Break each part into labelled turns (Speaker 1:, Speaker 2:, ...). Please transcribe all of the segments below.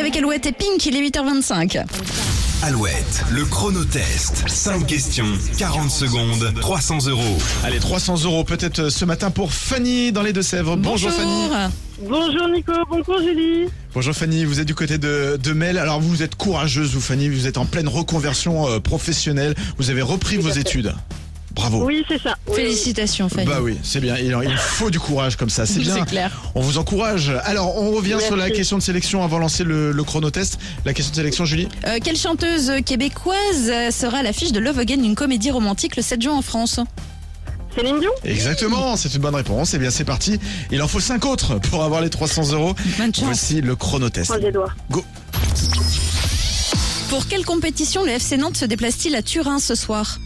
Speaker 1: avec Alouette et Pink, il est 8h25.
Speaker 2: Alouette, le chronotest. 5 questions, 40 secondes, 300 euros.
Speaker 3: Allez, 300 euros peut-être euh, ce matin pour Fanny dans les Deux-Sèvres. Bonjour. Fanny.
Speaker 4: Bonjour Nico, bonjour Julie.
Speaker 3: Bonjour Fanny, vous êtes du côté de, de Mel. Alors vous êtes courageuse, vous Fanny, vous êtes en pleine reconversion euh, professionnelle. Vous avez repris vos études.
Speaker 1: Oh.
Speaker 3: Bravo.
Speaker 4: Oui, c'est ça. Oui, oui.
Speaker 1: Félicitations, Fanny.
Speaker 3: Bah oui, c'est bien. Il, il faut du courage comme ça, c'est bien.
Speaker 1: C'est clair.
Speaker 3: On vous encourage. Alors, on revient sur la
Speaker 4: Merci.
Speaker 3: question de sélection avant de lancer le, le chronotest. La question de sélection, Julie
Speaker 1: Euh, quelle chanteuse québécoise euh, sera à l'affiche de Love Again, une comédie romantique le 7 juin en France
Speaker 4: Céline Dion
Speaker 3: Exactement, c'est une bonne réponse. Eh bien, c'est parti. Il en faut 5 autres pour avoir les 300 euros.
Speaker 1: Bonne chance.
Speaker 3: Voici le chronotest.
Speaker 4: Croise les doigts.
Speaker 3: Go.
Speaker 1: Pour quelle compétition le FC Nantes se déplace-t-il à Turin ce soir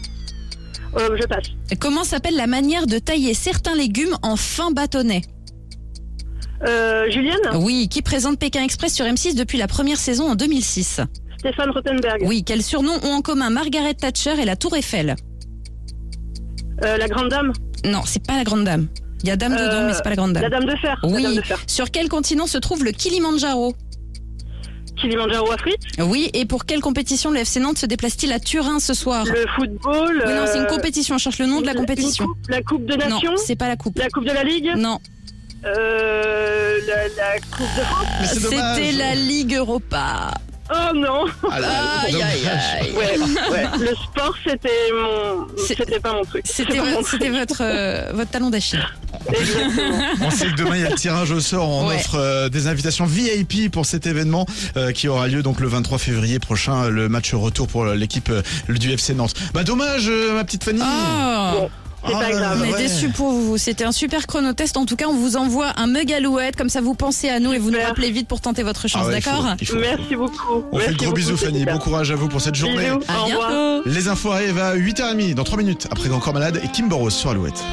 Speaker 4: Euh, je passe.
Speaker 1: Comment s'appelle la manière de tailler certains légumes en fin bâtonnet
Speaker 4: Euh, Julienne
Speaker 1: Oui, qui présente Pékin Express sur M6 depuis la première saison en 2006
Speaker 4: Stéphane Rottenberg.
Speaker 1: Oui, quels surnoms ont en commun Margaret Thatcher et la Tour Eiffel
Speaker 4: Euh, la Grande Dame.
Speaker 1: Non, c'est pas la Grande Dame. Il y a Dame dedans,
Speaker 4: Euh,
Speaker 1: mais c'est pas la Grande Dame.
Speaker 4: La Dame de Fer. La Dame
Speaker 1: Oui.
Speaker 4: de Fer.
Speaker 1: Sur quel continent se trouve le Kilimandjaro
Speaker 4: Kilimanjaro Afrique.
Speaker 1: Oui, et pour quelle compétition le FC Nantes se déplace-t-il à Turin ce soir
Speaker 4: Le football.
Speaker 1: Ah. Oui, non, c'est une
Speaker 4: euh,
Speaker 1: compétition. On cherche le nom de la
Speaker 4: une-
Speaker 1: compétition.
Speaker 4: une coupe- la Coupe de
Speaker 1: Non,
Speaker 4: Nations.
Speaker 1: c'est pas la coupe.
Speaker 4: La Coupe de la Ligue.
Speaker 1: Non,
Speaker 4: Euh, la, la Coupe de France.
Speaker 3: Mais c'est dommage.
Speaker 1: c'était la Ligue Europa.
Speaker 4: Oh non
Speaker 3: Ah là là,
Speaker 1: Aïe,
Speaker 3: dommage.
Speaker 1: aïe, aïe.
Speaker 4: Ouais, ouais. Le sport, c'était mon.
Speaker 1: C'est-
Speaker 4: C'était pas mon truc.
Speaker 1: C'était
Speaker 4: C'est pas mon
Speaker 1: vo-
Speaker 4: truc.
Speaker 1: c'était votre, euh, votre talon d'Achille.
Speaker 4: Exactement.
Speaker 3: On sait que demain il y a le tirage au sort. On
Speaker 1: Ouais.
Speaker 3: offre euh, des invitations VIP pour cet événement euh, qui aura lieu donc le 23 février prochain, euh, le match retour pour l'équipe euh, du FC Nantes. Bah dommage, euh, ma petite Fanny.
Speaker 1: Oh
Speaker 4: Bon, c'est
Speaker 3: Ah,
Speaker 4: pas grave.
Speaker 1: on est
Speaker 3: ouais.
Speaker 1: déçus pour vous. C'était un super chronotest. En tout cas, on vous envoie un mug Alouette. Comme ça, vous pensez à nous et vous nous
Speaker 4: Super.
Speaker 1: rappelez vite pour tenter votre
Speaker 3: Ah
Speaker 1: chance,
Speaker 3: ouais, il faut-
Speaker 1: d'accord
Speaker 3: il faut-
Speaker 4: Merci beaucoup.
Speaker 3: On fait
Speaker 4: Merci
Speaker 3: le gros
Speaker 4: beaucoup,
Speaker 3: bisou Fanny.
Speaker 4: Jessica.
Speaker 3: Bon courage à vous pour cette journée.
Speaker 4: Bisous.
Speaker 1: À
Speaker 4: Au revoir.
Speaker 1: bientôt.
Speaker 3: Les infos arrivent à 8h30 dans 3 minutes après Encore Malade et Kim Boros sur Alouette.